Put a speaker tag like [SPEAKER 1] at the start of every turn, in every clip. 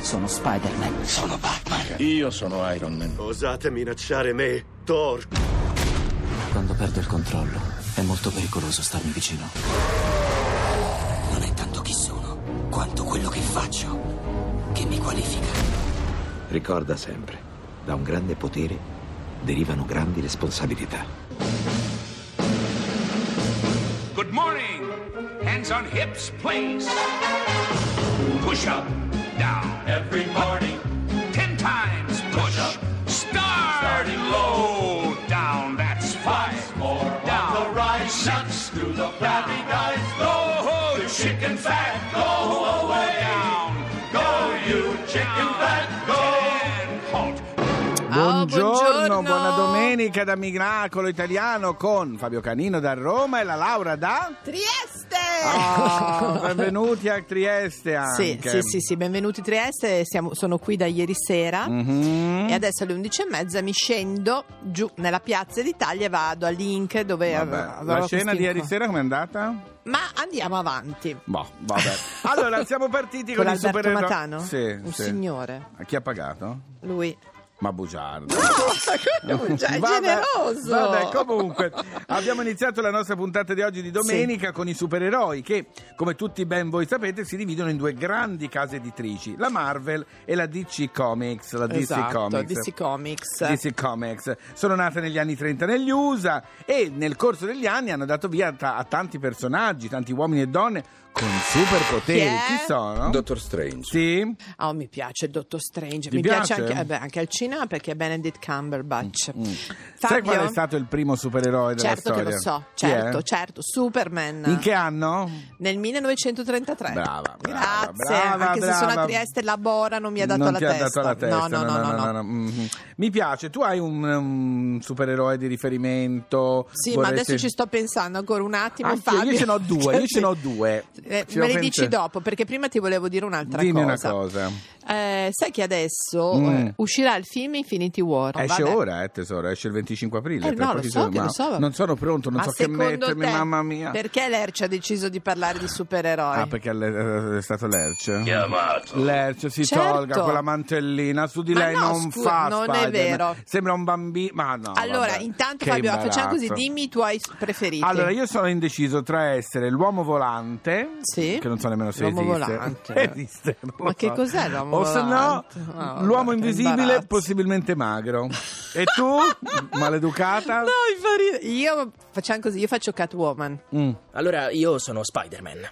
[SPEAKER 1] Sono Spider-Man.
[SPEAKER 2] Sono Batman. Io sono Iron Man.
[SPEAKER 3] Osate minacciare me, Thor.
[SPEAKER 1] Quando perdo il controllo, è molto pericoloso starmi vicino.
[SPEAKER 4] Non è tanto chi sono, quanto quello che faccio, che mi qualifica.
[SPEAKER 5] Ricorda sempre, da un grande potere derivano grandi responsabilità.
[SPEAKER 6] Good morning. Hands on hips, please. Push up, down. Every morning. Ten times push. up. Starting low, down. That's five. more down. the rise. Six through the flabby guys. Go, ho, chicken fat. Go away. Down. Go, you chicken fat. Go. Ten. Halt.
[SPEAKER 7] Buongiorno,
[SPEAKER 8] Ah, buongiorno.
[SPEAKER 7] buona domenica da Miracolo Italiano con Fabio Canino da Roma e la Laura da...
[SPEAKER 8] Trieste!
[SPEAKER 7] Ah, benvenuti a Trieste
[SPEAKER 8] Eh. Sì,
[SPEAKER 7] anche.
[SPEAKER 8] sì, sì, sì, benvenuti a Trieste, siamo- sono qui da ieri sera
[SPEAKER 7] Mhm.
[SPEAKER 8] e adesso alle 11.30 mi scendo giù nella piazza d'Italia e vado all'Inc dove
[SPEAKER 7] Vabbè,
[SPEAKER 8] av-
[SPEAKER 7] La
[SPEAKER 8] avrò
[SPEAKER 7] scena
[SPEAKER 8] questi
[SPEAKER 7] di ieri
[SPEAKER 8] inco-
[SPEAKER 7] sera com'è andata?
[SPEAKER 8] Ma andiamo avanti.
[SPEAKER 7] Boh, vabbè. Allora, siamo partiti con,
[SPEAKER 8] Con
[SPEAKER 7] il
[SPEAKER 8] Alberto
[SPEAKER 7] supereroe...
[SPEAKER 8] Matano?
[SPEAKER 7] Sì,
[SPEAKER 8] Un
[SPEAKER 7] sì.
[SPEAKER 8] signore.
[SPEAKER 7] A chi ha pagato?
[SPEAKER 8] Lui. Cioè,
[SPEAKER 7] Ma bugiardo.
[SPEAKER 8] è già
[SPEAKER 7] Vabbè,
[SPEAKER 8] generoso.
[SPEAKER 7] Vabbè, comunque, abbiamo iniziato la nostra puntata di oggi di domenica con i supereroi che, come tutti ben voi sapete, si dividono in due grandi case editrici, la Marvel e la DC Comics. La DC
[SPEAKER 8] Esatto,
[SPEAKER 7] Comics.
[SPEAKER 8] DC Comics.
[SPEAKER 7] DC Comics. Sono nate negli anni 30 negli USA e nel corso degli anni hanno dato via ta- a tanti personaggi, tanti uomini e donne con superpoteri.
[SPEAKER 8] Chi è?
[SPEAKER 7] Chi sono?
[SPEAKER 2] Dottor Strange.
[SPEAKER 7] Sì?
[SPEAKER 8] Oh, mi piace il Dottor Strange,
[SPEAKER 7] Ti
[SPEAKER 8] mi
[SPEAKER 7] piace? Mm,
[SPEAKER 8] piace, anche, eh beh, anche al cinema perché è Benedict Cumberbatch.
[SPEAKER 7] Sai qual è
[SPEAKER 8] Fabio?
[SPEAKER 7] stato il primo supereroe della
[SPEAKER 8] Certo
[SPEAKER 7] storia?
[SPEAKER 8] che lo so,
[SPEAKER 7] Chi è?
[SPEAKER 8] certo, certo, Superman.
[SPEAKER 7] In che anno?
[SPEAKER 8] Nel 1933.
[SPEAKER 7] Brava, brava,
[SPEAKER 8] Grazie,
[SPEAKER 7] brava,
[SPEAKER 8] anche se
[SPEAKER 7] brava.
[SPEAKER 8] sono a Trieste la Bora non mi ha dato
[SPEAKER 7] Non
[SPEAKER 8] la
[SPEAKER 7] ti
[SPEAKER 8] testa.
[SPEAKER 7] ha dato la testa.
[SPEAKER 8] No, no, no, no, no.
[SPEAKER 7] mhm. Mi piace, tu hai un, un supereroe di riferimento.
[SPEAKER 8] Sì, ma
[SPEAKER 7] vorresti-
[SPEAKER 8] adesso ci sto pensando ancora un attimo,
[SPEAKER 7] Anch'io,
[SPEAKER 8] Fabio.
[SPEAKER 7] io ce n'ho due, io
[SPEAKER 8] Sì.
[SPEAKER 7] ce n'ho due.
[SPEAKER 8] Eh,
[SPEAKER 7] Ci
[SPEAKER 8] me
[SPEAKER 7] ho
[SPEAKER 8] li dici
[SPEAKER 7] pensato.
[SPEAKER 8] dopo, perché prima ti volevo dire un'altra
[SPEAKER 7] Dimmi
[SPEAKER 8] cosa.
[SPEAKER 7] una cosa.
[SPEAKER 8] Eh, sai che adesso
[SPEAKER 7] Mm.
[SPEAKER 8] eh, uscirà il film Infinity War.
[SPEAKER 7] esce
[SPEAKER 8] Vabbè.
[SPEAKER 7] ora, eh, tesoro, esce il 25 aprile.
[SPEAKER 8] Eh,
[SPEAKER 7] tra
[SPEAKER 8] no, lo
[SPEAKER 7] pochi
[SPEAKER 8] so
[SPEAKER 7] giorni,
[SPEAKER 8] che
[SPEAKER 7] ma
[SPEAKER 8] lo so.
[SPEAKER 7] Non sono pronto, non
[SPEAKER 8] Ma
[SPEAKER 7] so che
[SPEAKER 8] secondo
[SPEAKER 7] mettermi,
[SPEAKER 8] te,
[SPEAKER 7] mamma mia.
[SPEAKER 8] Perché Lerci ha deciso di parlare di supereroi?
[SPEAKER 7] Ah, perché le- è stato Lerch?
[SPEAKER 6] Chiamato.
[SPEAKER 7] Lerch si
[SPEAKER 8] Certo.
[SPEAKER 7] tolga con la mantellina, su di
[SPEAKER 8] Ma
[SPEAKER 7] lei
[SPEAKER 8] no,
[SPEAKER 7] non
[SPEAKER 8] scusa,
[SPEAKER 7] fa
[SPEAKER 8] non è
[SPEAKER 7] Spider-Man.
[SPEAKER 8] vero.
[SPEAKER 7] Sembra un bambino, ma no.
[SPEAKER 8] allora,
[SPEAKER 7] vabbè.
[SPEAKER 8] intanto
[SPEAKER 7] Che
[SPEAKER 8] Fabio, facciamo così,
[SPEAKER 7] imbarazzo.
[SPEAKER 8] dimmi i tuoi preferiti.
[SPEAKER 7] Allora, io sono indeciso tra essere l'uomo volante,
[SPEAKER 8] Sì.
[SPEAKER 7] che non so nemmeno se
[SPEAKER 8] L'uomo
[SPEAKER 7] esiste.
[SPEAKER 8] volante.
[SPEAKER 7] Esiste, non lo
[SPEAKER 8] Ma che
[SPEAKER 7] so.
[SPEAKER 8] cos'è l'uomo
[SPEAKER 7] o se no,
[SPEAKER 8] volante? Ah,
[SPEAKER 7] l'uomo
[SPEAKER 8] guarda, che
[SPEAKER 7] invisibile,
[SPEAKER 8] imbarazzo.
[SPEAKER 7] possibilmente magro. E tu, maleducata?
[SPEAKER 8] No, mi fa ridere. Io facciamo così, io faccio Catwoman.
[SPEAKER 7] Mm.
[SPEAKER 9] Allora io sono Spider-Man.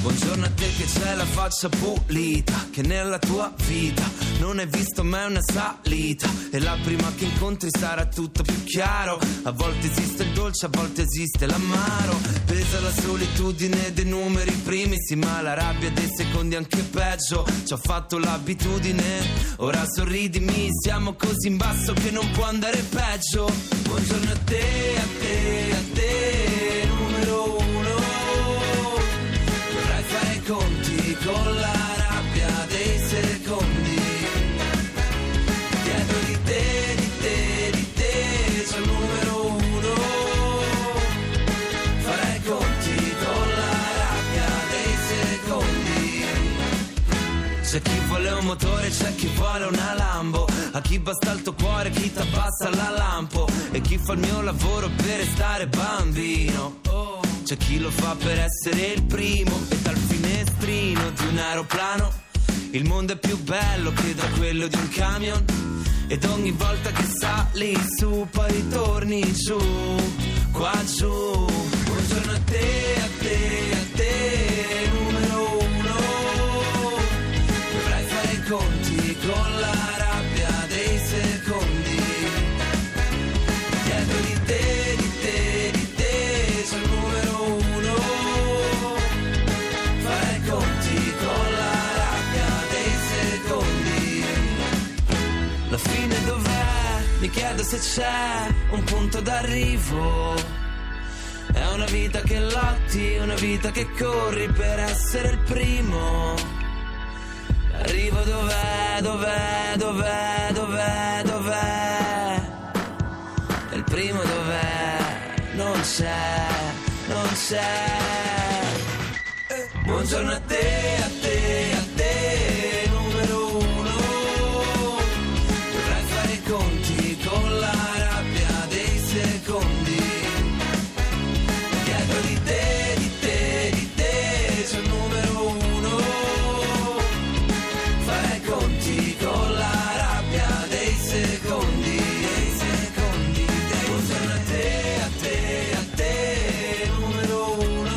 [SPEAKER 4] Buongiorno a te che c'è la faccia pulita, che nella tua vita non hai visto mai una salita. E la prima che incontri sarà tutto più chiaro. A volte esiste il dolce, a volte esiste l'amaro. Pesa la solitudine dei numeri primissimi, ma la rabbia dei secondi è anche peggio. Ci ho fatto l'abitudine, ora sorridimi, siamo così in basso che non può andare peggio. Buongiorno a te, a te, a te, numero uno. Dovrai fare i conti con la rabbia dei secondi. Dietro di te, di te, di te, c'è il numero uno. Farai i conti con la rabbia dei secondi. C'è chi vuole un motore, c'è chi vuole una lambo. A chi basta il tuo cuore, chi t'abbassa la lampo. E chi fa il mio lavoro per restare bambino. Oh. C'è chi lo fa per essere il primo. E dal finestrino di un aeroplano. Il mondo è più bello che da quello di un camion. Ed ogni volta che sali su, poi ritorni giù, qua giù. Buongiorno a te, a te, a te, numero uno. Dovrai fare i conti con la rabbia dei secondi. Dietro di te, di te, di te, sono il numero uno. Fare i conti con la rabbia dei secondi. La fine dov'è? Mi chiedo se c'è un punto d'arrivo. È una vita che lotti, una vita che corri per essere il primo. Arrivo dov'è, dov'è, dov'è, dov'è, dov'è
[SPEAKER 10] c'è, non c'è. Buongiorno a te, a te, a te, numero uno. Dovrai fare i conti con la rabbia dei secondi. Dietro di te, di te, di te, c'è il numero uno. Farai i conti con la rabbia dei secondi. Dei secondi. dei- Buongiorno a te, a te, a te, numero uno.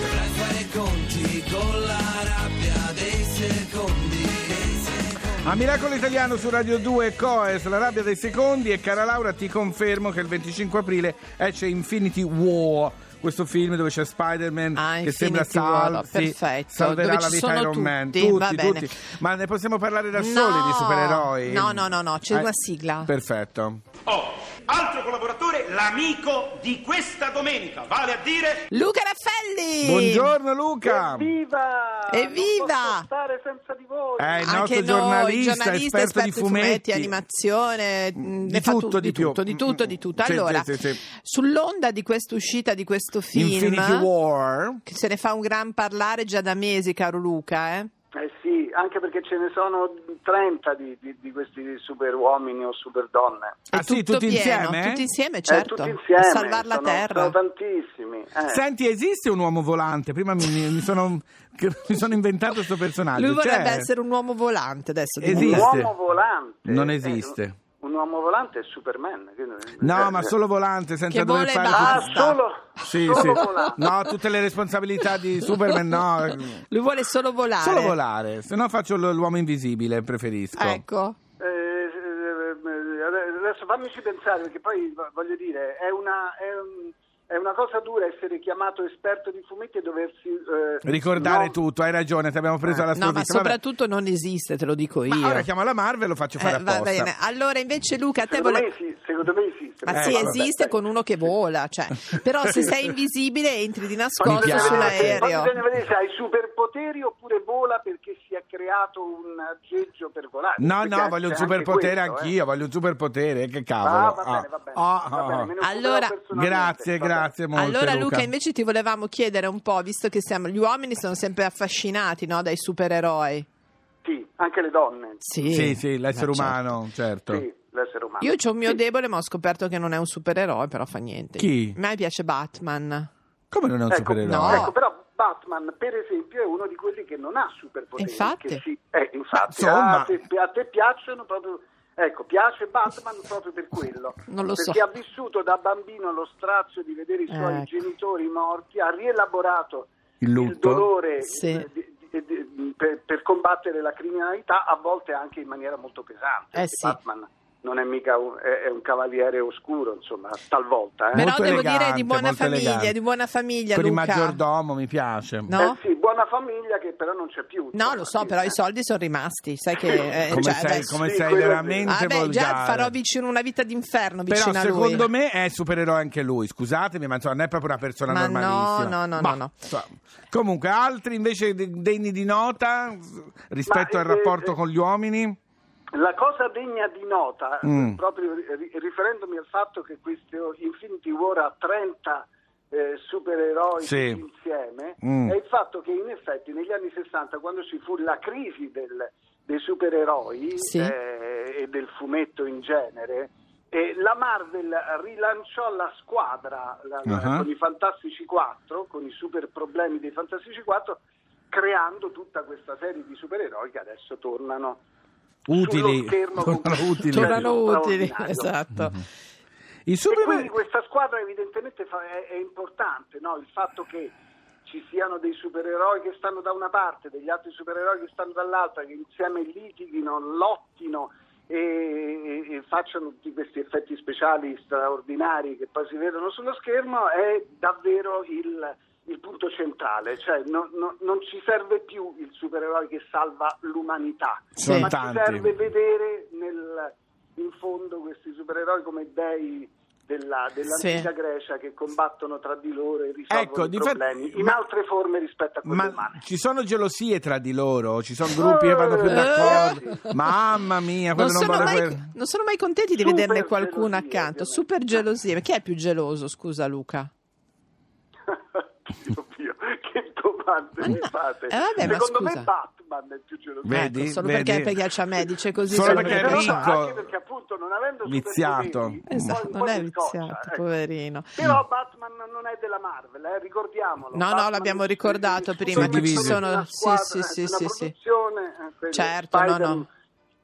[SPEAKER 10] Dovrai fare i conti con la rabbia dei secondi. Dei secondi.
[SPEAKER 7] A Miracolo Italiano su Radio 2 Coes, la rabbia dei secondi e cara Laura ti confermo che il 25 aprile esce Infinity War. Questo film dove c'è Spider-Man
[SPEAKER 8] Ah,
[SPEAKER 7] che
[SPEAKER 8] Infinity
[SPEAKER 7] sembra
[SPEAKER 8] War,
[SPEAKER 7] salvi,
[SPEAKER 8] perfetto.
[SPEAKER 7] salverà
[SPEAKER 8] Dove
[SPEAKER 7] la
[SPEAKER 8] ci
[SPEAKER 7] vita
[SPEAKER 8] sono
[SPEAKER 7] Iron Man.
[SPEAKER 8] tutti,
[SPEAKER 7] Tutti,
[SPEAKER 8] va bene.
[SPEAKER 7] tutti. Ma ne possiamo parlare da soli di supereroi? Eh,
[SPEAKER 8] No, no, no, no, c'è una sigla.
[SPEAKER 7] Perfetto.
[SPEAKER 6] Oh, altro collaboratore, l'amico di questa domenica, vale a dire...
[SPEAKER 8] Luca Raffelli!
[SPEAKER 7] Buongiorno Luca!
[SPEAKER 4] Evviva!
[SPEAKER 8] Evviva!
[SPEAKER 4] Non posso stare senza di voi!
[SPEAKER 7] È il nostro
[SPEAKER 8] Anche noi,
[SPEAKER 7] giornalista,
[SPEAKER 8] giornalista,
[SPEAKER 7] esperto, di fumetti.
[SPEAKER 8] animazione, mh,
[SPEAKER 7] Di
[SPEAKER 8] ne fa tu-
[SPEAKER 7] tutto, di più.
[SPEAKER 8] tutto, di tutto, di tutto.
[SPEAKER 7] Sì,
[SPEAKER 8] Allora,
[SPEAKER 7] sì, sì, sì.
[SPEAKER 8] sull'onda di quest'uscita di questo film,
[SPEAKER 7] Infinity War.
[SPEAKER 8] che se ne fa un gran parlare già da mesi, caro Luca, eh?
[SPEAKER 4] Eh sì, anche perché ce ne sono 30 di, di- di questi super uomini o super donne.
[SPEAKER 8] È
[SPEAKER 7] Ah, sì,
[SPEAKER 8] tutto
[SPEAKER 7] tutti
[SPEAKER 8] pieno,
[SPEAKER 7] insieme?
[SPEAKER 8] tutti insieme,
[SPEAKER 4] Eh,
[SPEAKER 8] certo,
[SPEAKER 4] tutti insieme.
[SPEAKER 8] a salvare la
[SPEAKER 4] sono,
[SPEAKER 8] terra.
[SPEAKER 4] Sono tantissimi. eh.
[SPEAKER 7] Senti, esiste un uomo volante? Prima mi, mi- mi sono, che- mi sono inventato questo personaggio.
[SPEAKER 8] Lui vorrebbe
[SPEAKER 7] C'è?
[SPEAKER 8] essere un uomo volante adesso.
[SPEAKER 7] Cioè, Esiste.
[SPEAKER 4] un
[SPEAKER 8] diventa.
[SPEAKER 4] uomo volante.
[SPEAKER 7] Non
[SPEAKER 4] eh,
[SPEAKER 7] esiste.
[SPEAKER 4] un, un uomo volante è Superman. quindi-
[SPEAKER 7] No,
[SPEAKER 4] eh,
[SPEAKER 7] ma
[SPEAKER 4] eh.
[SPEAKER 7] solo volante, senza
[SPEAKER 8] Che
[SPEAKER 7] dover
[SPEAKER 8] vola e
[SPEAKER 7] fare...
[SPEAKER 8] basta.
[SPEAKER 4] Ah, solo,
[SPEAKER 7] Sì,
[SPEAKER 4] solo
[SPEAKER 7] sì.
[SPEAKER 4] volante.
[SPEAKER 7] No, tutte le responsabilità di Superman, no.
[SPEAKER 8] Lui vuole solo volare.
[SPEAKER 7] Solo volare, se no faccio l- l'uomo invisibile, preferisco.
[SPEAKER 8] Ecco.
[SPEAKER 4] Eh, eh, adesso fammici pensare perché poi v- voglio dire è una, è un- è una cosa dura essere chiamato esperto di fumetti e doversi eh,
[SPEAKER 7] Ricordare
[SPEAKER 4] non-
[SPEAKER 7] tutto, hai ragione, ti abbiamo preso alla
[SPEAKER 8] Eh, No, ma
[SPEAKER 7] sprovvista. Vabbè.
[SPEAKER 8] soprattutto non esiste, te lo dico io.
[SPEAKER 7] Ma ora chiamo la Marvel e lo faccio fare
[SPEAKER 8] Eh, va
[SPEAKER 7] apposta.
[SPEAKER 8] bene. Allora, invece, Luca, te
[SPEAKER 4] Secondo,
[SPEAKER 8] vole...
[SPEAKER 4] me sì, Ecco. secondo me esiste.
[SPEAKER 8] Ma
[SPEAKER 7] Eh,
[SPEAKER 8] sì,
[SPEAKER 7] vabbè,
[SPEAKER 8] esiste con uno che vola, cioè. però se sei invisibile entri di
[SPEAKER 4] Poi
[SPEAKER 8] nascosto
[SPEAKER 7] Mi
[SPEAKER 4] bisogna
[SPEAKER 7] piace.
[SPEAKER 4] vedere- poi
[SPEAKER 8] sull'aereo.
[SPEAKER 4] bisogna vedere se hai superpoteri oppure vola perché si è creato un aggeggio per volare.
[SPEAKER 7] No,
[SPEAKER 4] Perché
[SPEAKER 7] no,
[SPEAKER 4] anche-
[SPEAKER 7] voglio un
[SPEAKER 4] anche
[SPEAKER 7] superpotere
[SPEAKER 4] questo, eh.
[SPEAKER 7] anch'io, voglio un superpotere, che cavolo.
[SPEAKER 4] Ah, va bene, va bene.
[SPEAKER 7] Ah, ah, ah.
[SPEAKER 4] va bene, me ne occuperò
[SPEAKER 8] Allora-
[SPEAKER 4] personalmente,
[SPEAKER 7] Grazie,
[SPEAKER 4] va bene.
[SPEAKER 7] grazie molto.
[SPEAKER 8] Allora Luca, invece ti volevamo chiedere un po', visto che siamo, gli uomini sono sempre affascinati no, dai supereroi.
[SPEAKER 4] Sì, anche le donne.
[SPEAKER 8] Sì,
[SPEAKER 7] Sì, sì, l'essere
[SPEAKER 8] Ma certo.
[SPEAKER 7] umano, certo.
[SPEAKER 4] Sì, l'essere umano.
[SPEAKER 8] Io ho un mio
[SPEAKER 4] Sì.
[SPEAKER 8] debole, ma ho scoperto che non è un supereroe, però fa niente.
[SPEAKER 7] Chi?
[SPEAKER 8] A me piace Batman.
[SPEAKER 7] Come non è un
[SPEAKER 4] Ecco,
[SPEAKER 7] supereroe?
[SPEAKER 8] No.
[SPEAKER 4] ecco, però Batman, per esempio, è uno di quelli che non ha superpoteri.
[SPEAKER 8] Infatti.
[SPEAKER 4] che si- eh, infatti,
[SPEAKER 7] Ma, insomma.
[SPEAKER 4] a, te, a te piacciono proprio... Ecco, piace Batman proprio per quello.
[SPEAKER 8] Non lo so.
[SPEAKER 4] Perché ha vissuto da bambino lo strazio di vedere i suoi
[SPEAKER 8] Ecco.
[SPEAKER 4] genitori morti, ha rielaborato
[SPEAKER 7] Il
[SPEAKER 4] il
[SPEAKER 7] lutto.
[SPEAKER 4] dolore
[SPEAKER 8] Sì.
[SPEAKER 4] eh, di- di- di- per, per combattere la criminalità, a volte anche in maniera molto pesante. perché
[SPEAKER 8] Eh sì.
[SPEAKER 4] Batman non è mica un, è, è un cavaliere oscuro, insomma, talvolta. eh.
[SPEAKER 8] Però
[SPEAKER 7] Molto
[SPEAKER 8] devo
[SPEAKER 7] elegante,
[SPEAKER 8] dire di buona
[SPEAKER 7] molto
[SPEAKER 8] famiglia,
[SPEAKER 7] elegante.
[SPEAKER 8] di buona famiglia
[SPEAKER 7] Con il
[SPEAKER 8] Luca.
[SPEAKER 7] maggiordomo mi piace.
[SPEAKER 8] No?
[SPEAKER 4] Eh sì, buona famiglia che però non c'è più.
[SPEAKER 8] No,
[SPEAKER 4] insomma,
[SPEAKER 8] lo so,
[SPEAKER 4] sì.
[SPEAKER 8] però i soldi sono rimasti, sai che... eh,
[SPEAKER 7] Come
[SPEAKER 8] cioè,
[SPEAKER 7] sei,
[SPEAKER 8] adesso-
[SPEAKER 7] come
[SPEAKER 4] Sì,
[SPEAKER 7] sei
[SPEAKER 4] quello sì.
[SPEAKER 7] veramente
[SPEAKER 8] Ah, beh, già
[SPEAKER 7] volgare.
[SPEAKER 8] farò vicino una vita d'inferno vicino
[SPEAKER 7] Però
[SPEAKER 8] a lui.
[SPEAKER 7] secondo me è supereroe anche lui, scusatemi, ma insomma non è proprio una persona
[SPEAKER 8] Ma no,
[SPEAKER 7] normalissima.
[SPEAKER 8] no, no,
[SPEAKER 7] Ma,
[SPEAKER 8] no, no.
[SPEAKER 7] insomma, comunque, altri invece de- degni di nota s- rispetto
[SPEAKER 4] Ma,
[SPEAKER 7] al
[SPEAKER 4] eh,
[SPEAKER 7] rapporto
[SPEAKER 4] eh,
[SPEAKER 7] con gli uomini?
[SPEAKER 4] La cosa degna di nota,
[SPEAKER 7] Mm.
[SPEAKER 4] proprio ri- riferendomi al fatto che questo Infinity War ha 30 eh, supereroi
[SPEAKER 7] Sì.
[SPEAKER 4] tutti insieme,
[SPEAKER 7] Mm.
[SPEAKER 4] è il fatto che in effetti negli anni 60, quando ci fu la crisi del- dei supereroi
[SPEAKER 8] Sì.
[SPEAKER 4] eh, e del fumetto in genere, eh, la Marvel rilanciò la squadra la- la-
[SPEAKER 7] Ah.
[SPEAKER 4] con i Fantastici 4, con i super problemi dei Fantastici 4, creando tutta questa serie di supereroi che adesso tornano
[SPEAKER 7] Utili.
[SPEAKER 4] sullo schermo con-
[SPEAKER 7] Tornano utili.
[SPEAKER 8] Tornano utili,
[SPEAKER 4] Straordinario.
[SPEAKER 8] esatto.
[SPEAKER 7] Mhm. I
[SPEAKER 4] E quindi
[SPEAKER 7] supereroi...
[SPEAKER 4] questa squadra evidentemente fa- è, è importante, no? il fatto che ci siano dei supereroi che stanno da una parte, degli altri supereroi che stanno dall'altra, che insieme litighino, lottino e, e- e facciano tutti questi effetti speciali straordinari che poi si vedono sullo schermo, è davvero il, il punto centrale, cioè no- no- non ci serve più il supereroe che salva l'umanità,
[SPEAKER 7] Sono
[SPEAKER 4] ma
[SPEAKER 7] tanti.
[SPEAKER 4] ci serve vedere nel- in fondo questi supereroi come dei, della, dell'antica
[SPEAKER 8] Sì.
[SPEAKER 4] Grecia che combattono tra di loro e risolvono
[SPEAKER 7] Ecco,
[SPEAKER 4] i
[SPEAKER 7] di fatto-
[SPEAKER 4] problemi in
[SPEAKER 7] ma-
[SPEAKER 4] altre forme rispetto a quelle
[SPEAKER 7] Ma
[SPEAKER 4] umane.
[SPEAKER 7] ci sono gelosie tra di loro? Ci sono gruppi che vanno più d'accordo? Mamma mia,
[SPEAKER 8] Eh. Non
[SPEAKER 7] quello non,
[SPEAKER 8] sono,
[SPEAKER 7] vuole
[SPEAKER 8] mai,
[SPEAKER 7] quello.
[SPEAKER 8] non sono mai contenti di
[SPEAKER 4] Super
[SPEAKER 8] vederne qualcuno
[SPEAKER 4] gelosie,
[SPEAKER 8] accanto.
[SPEAKER 4] ovviamente.
[SPEAKER 8] Super gelosia. Ma Chi è il più geloso, scusa Luca?
[SPEAKER 4] Dio mio, che domande
[SPEAKER 8] Ma
[SPEAKER 4] mi
[SPEAKER 8] no,
[SPEAKER 4] fate?
[SPEAKER 8] eh, vabbè, ma
[SPEAKER 4] Secondo
[SPEAKER 8] scusa.
[SPEAKER 4] me Batman è il più geloso.
[SPEAKER 7] Vedi,
[SPEAKER 8] Ecco, solo
[SPEAKER 7] vedi.
[SPEAKER 8] perché perché piace a me, dice così.
[SPEAKER 7] Solo
[SPEAKER 8] solo
[SPEAKER 7] perché
[SPEAKER 8] perché-
[SPEAKER 7] è
[SPEAKER 4] Però
[SPEAKER 7] ricco.
[SPEAKER 4] anche perché appunto non avendo
[SPEAKER 7] Viziato.
[SPEAKER 4] superpoteri, un
[SPEAKER 8] Esatto,
[SPEAKER 4] po'- un
[SPEAKER 8] non
[SPEAKER 4] po'
[SPEAKER 8] è
[SPEAKER 4] di scoccia,
[SPEAKER 8] viziato,
[SPEAKER 4] ecco.
[SPEAKER 8] poverino.
[SPEAKER 4] Però Batman non è della Marvel, eh, ricordiamolo.
[SPEAKER 8] No, no,
[SPEAKER 4] Batman
[SPEAKER 8] l'abbiamo
[SPEAKER 4] è-
[SPEAKER 8] ricordato
[SPEAKER 4] è-
[SPEAKER 8] prima,
[SPEAKER 7] che ci sono-
[SPEAKER 4] Una
[SPEAKER 8] sì,
[SPEAKER 4] squadra,
[SPEAKER 8] sì,
[SPEAKER 4] è
[SPEAKER 8] sì,
[SPEAKER 4] una
[SPEAKER 8] sì, sì.
[SPEAKER 4] produzione, eh, quindi
[SPEAKER 8] Certo, no,
[SPEAKER 4] Spider-
[SPEAKER 8] no.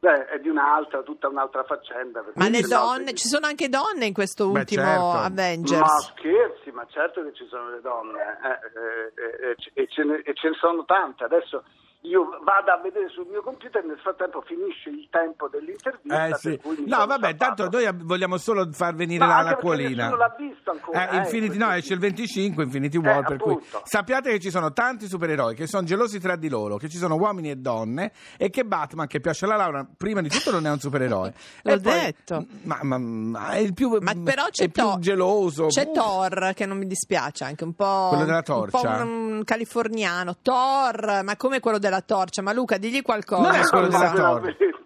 [SPEAKER 4] Beh, è di un'altra, tutta un'altra faccenda. perché
[SPEAKER 8] Ma le
[SPEAKER 4] quell'altro-
[SPEAKER 8] donne, ci sono anche donne in questo
[SPEAKER 7] Beh,
[SPEAKER 8] ultimo
[SPEAKER 7] certo.
[SPEAKER 4] Ma
[SPEAKER 8] Avengers.
[SPEAKER 4] scherzi, ma certo che ci sono le donne, eh, eh, eh, e, ce ne, e ce ne sono tante. Adesso io vado a vedere sul mio computer, nel frattempo finisce il tempo dell'intervista.
[SPEAKER 7] Eh, sì.
[SPEAKER 4] per cui mi
[SPEAKER 7] No,
[SPEAKER 4] sono
[SPEAKER 7] vabbè,
[SPEAKER 4] salvato.
[SPEAKER 7] tanto noi ab- vogliamo solo far venire
[SPEAKER 4] Ma
[SPEAKER 7] la,
[SPEAKER 4] anche
[SPEAKER 7] la
[SPEAKER 4] perché
[SPEAKER 7] colina.
[SPEAKER 4] nessuno l'ha visto ancora,
[SPEAKER 7] Eh,
[SPEAKER 4] eh,
[SPEAKER 7] Infinity-
[SPEAKER 4] questo
[SPEAKER 7] no,
[SPEAKER 4] sì.
[SPEAKER 7] esce il 25 Infinity War.
[SPEAKER 4] Eh,
[SPEAKER 7] per cui
[SPEAKER 4] appunto.
[SPEAKER 7] sappiate che ci sono tanti supereroi che sono gelosi tra di loro, che ci sono uomini e donne e che Batman, che piace alla Laura, prima di tutto non è un supereroe.
[SPEAKER 8] L'ho
[SPEAKER 7] E poi-
[SPEAKER 8] detto.
[SPEAKER 7] Ma, ma- ma è il più,
[SPEAKER 8] Ma però
[SPEAKER 7] Mm, è
[SPEAKER 8] c'è,
[SPEAKER 7] più
[SPEAKER 8] Thor-
[SPEAKER 7] geloso.
[SPEAKER 8] c'è
[SPEAKER 7] Uh.
[SPEAKER 8] Thor che non mi dispiace anche un po'.
[SPEAKER 7] Quello della
[SPEAKER 8] Un po'
[SPEAKER 7] torcia?
[SPEAKER 8] un, un californiano. Thor, ma come quello della torcia? Ma Luca, digli qualcosa.
[SPEAKER 7] No, è quello
[SPEAKER 8] scusa.
[SPEAKER 7] della torcia.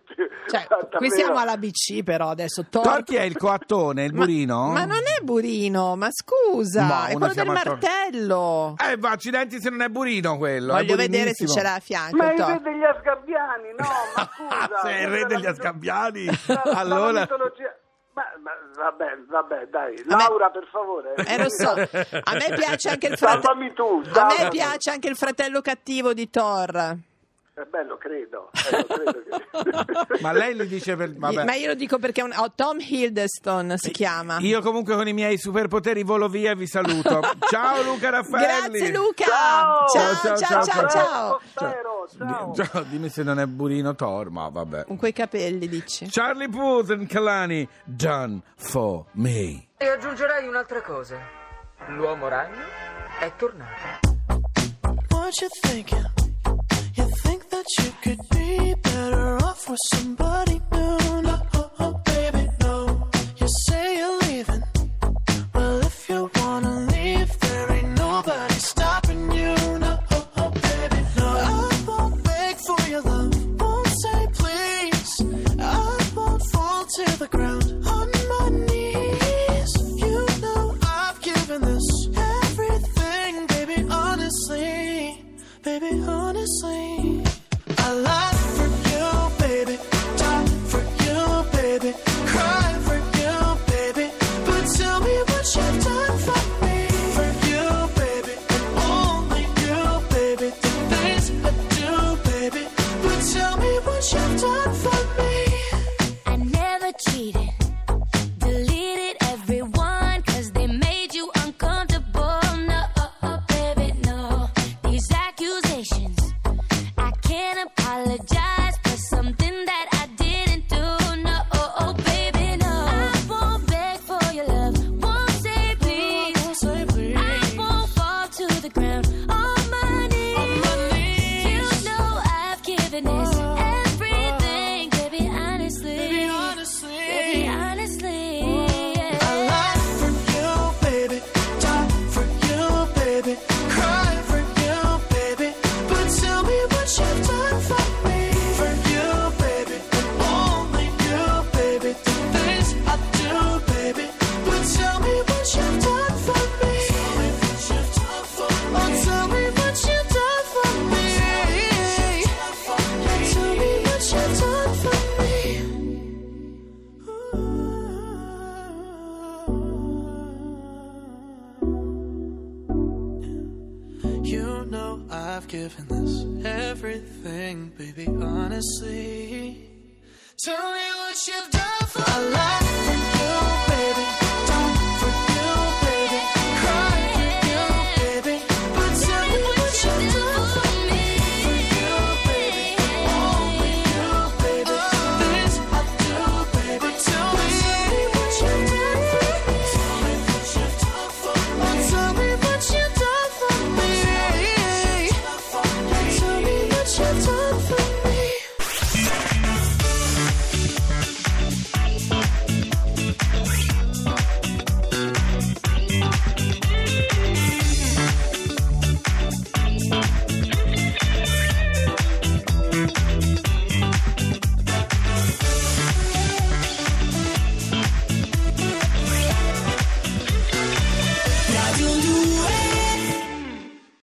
[SPEAKER 8] Cioè,
[SPEAKER 4] Guarda,
[SPEAKER 8] qui
[SPEAKER 4] davvero.
[SPEAKER 8] siamo alla BC però adesso. Thor,
[SPEAKER 7] Thor chi è il coattone, il
[SPEAKER 8] Ma-
[SPEAKER 7] burino?
[SPEAKER 8] Ma, non è Burino, ma scusa,
[SPEAKER 7] No,
[SPEAKER 8] è
[SPEAKER 7] una
[SPEAKER 8] quello del
[SPEAKER 7] chiamata-
[SPEAKER 8] martello.
[SPEAKER 7] Eh, ma accidenti se non è burino quello. è
[SPEAKER 8] Voglio vedere se
[SPEAKER 7] burinissimo.
[SPEAKER 8] ce l'ha a fianco.
[SPEAKER 4] Ma è
[SPEAKER 8] il
[SPEAKER 4] il re
[SPEAKER 8] Thor.
[SPEAKER 4] degli Asgabbiani, no? Ma scusa,
[SPEAKER 7] Sei Ah, il re
[SPEAKER 4] questa è
[SPEAKER 7] degli
[SPEAKER 4] la mito-
[SPEAKER 7] ascambiani.
[SPEAKER 4] la- la
[SPEAKER 7] allora.
[SPEAKER 4] mitologia- Ma, ma vabbè, vabbè, dai, Laura, per favore.
[SPEAKER 8] Eh, lo so. A me piace anche il
[SPEAKER 4] Salvami
[SPEAKER 8] fratello.
[SPEAKER 4] tu,
[SPEAKER 8] A me
[SPEAKER 4] salvami.
[SPEAKER 8] piace anche il fratello cattivo di Thor.
[SPEAKER 4] Eh, beh, lo credo. eh, lo credo che-
[SPEAKER 7] Ma lei li dice per. Vabbè.
[SPEAKER 8] Ma io lo dico perché è un... oh, Tom Hiddleston si chiama.
[SPEAKER 7] Io comunque con i miei superpoteri volo via e vi saluto. Ciao Luca Raffaelli.
[SPEAKER 8] Grazie Luca.
[SPEAKER 4] Ciao.
[SPEAKER 8] ciao, ciao,
[SPEAKER 7] ciao.
[SPEAKER 8] ciao. ciao, ciao.
[SPEAKER 4] Oh,
[SPEAKER 7] Cioè,
[SPEAKER 4] Spero, ciao.
[SPEAKER 7] Ciao, dimmi se non è Burino Thor, ma vabbè.
[SPEAKER 8] Con quei capelli dici.
[SPEAKER 7] Charlie Puth and Kalani, done for me.
[SPEAKER 11] E aggiungerei un'altra cosa. L'uomo ragno è tornato.
[SPEAKER 1] What you thinking? You think that you could be better off with somebody new? No, oh, oh, baby, no. You say you're leaving. Well, if you wanna leave, there ain't nobody stopping you. No, oh, oh, baby, no. I won't beg for your love. Won't say please. I won't fall to the ground on my knees. You know I've given this everything, baby. Honestly, baby, honestly. I lied for you, baby. Die for you, baby. Cry for you, baby. But tell me what you've done for me. For you, baby. And only you, baby. The things I do, baby. But tell me what you've done for me.
[SPEAKER 12] I never cheated. Deleted everyone 'cause they made you uncomfortable. No, oh, oh, baby, no. These accusations, I can't apologize for something that I didn't do. No, oh, oh, baby, no. I won't beg for your love. Won't say please. I won't fall to the ground on my knees. You know I've given this everything, baby, honestly.
[SPEAKER 1] Oh. Baby, honestly.
[SPEAKER 12] Baby, honestly,
[SPEAKER 1] I
[SPEAKER 12] yeah.
[SPEAKER 1] lie for you, baby. Die for you, baby. Cry for you, baby. But tell me what you've done for me. For you, baby. And only you, baby. The things I do, baby. But tell me what you've done for me. Tell me what you've done for me. Oh, tell me what you've done for me. Oh, Tell me what you've done for me. You know I've given this everything, baby, honestly. Tell me what you've done.